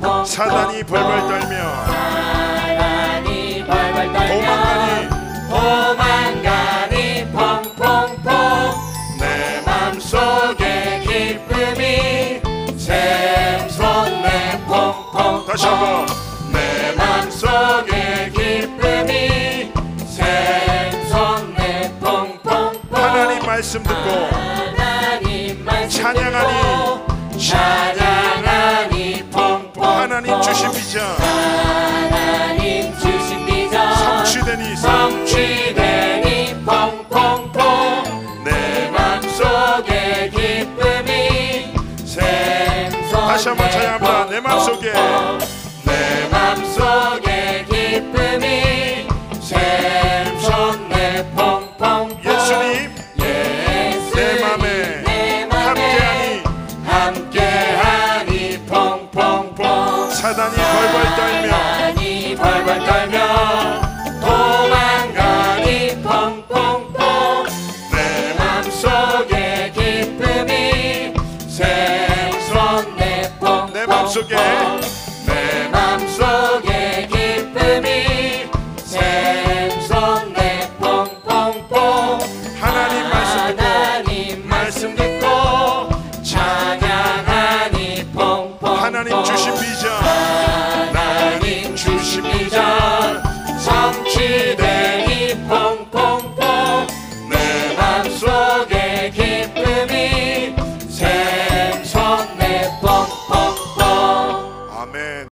사단이 벌벌 떨며 사단이 벌벌 떨며 도망가니 도망가니 펑펑펑 내 맘속에 기쁨이 샘솟네 펑펑 다시 한번 내 맘속에 기쁨이 샘솟네 펑펑펑 하나님 말씀 듣고 하나님 말씀 찬양하니. 듣고 찬양하니 펑펑 하나님 주신 비전 하나님 주신 비전 성취되니 성취되니 펑펑펑 내 맘속에 기쁨이 샘솟네 다시 한번 찬양합니다 내 맘속에 내 맘속에 기쁨이 샘솟네 펑펑펑 예수님 예수님 내 맘에 내 맘에 함께하니 함께하니 펑펑펑 사단이 벌벌 떨며 아니 벌벌 떨며 도망가니 펑펑펑 내 맘속에 기쁨이 샘솟네 펑펑펑 내 맘속에 내 맘속에 기쁨이 샘솟네 펑펑펑 하나님 말씀 듣고 하나님 말씀 듣고 찬양하니 펑펑펑 하나님 주신 비전 하나님 주신 비전 성취되니 펑펑펑 내 맘속에 기쁨이 샘솟네 펑펑펑 아멘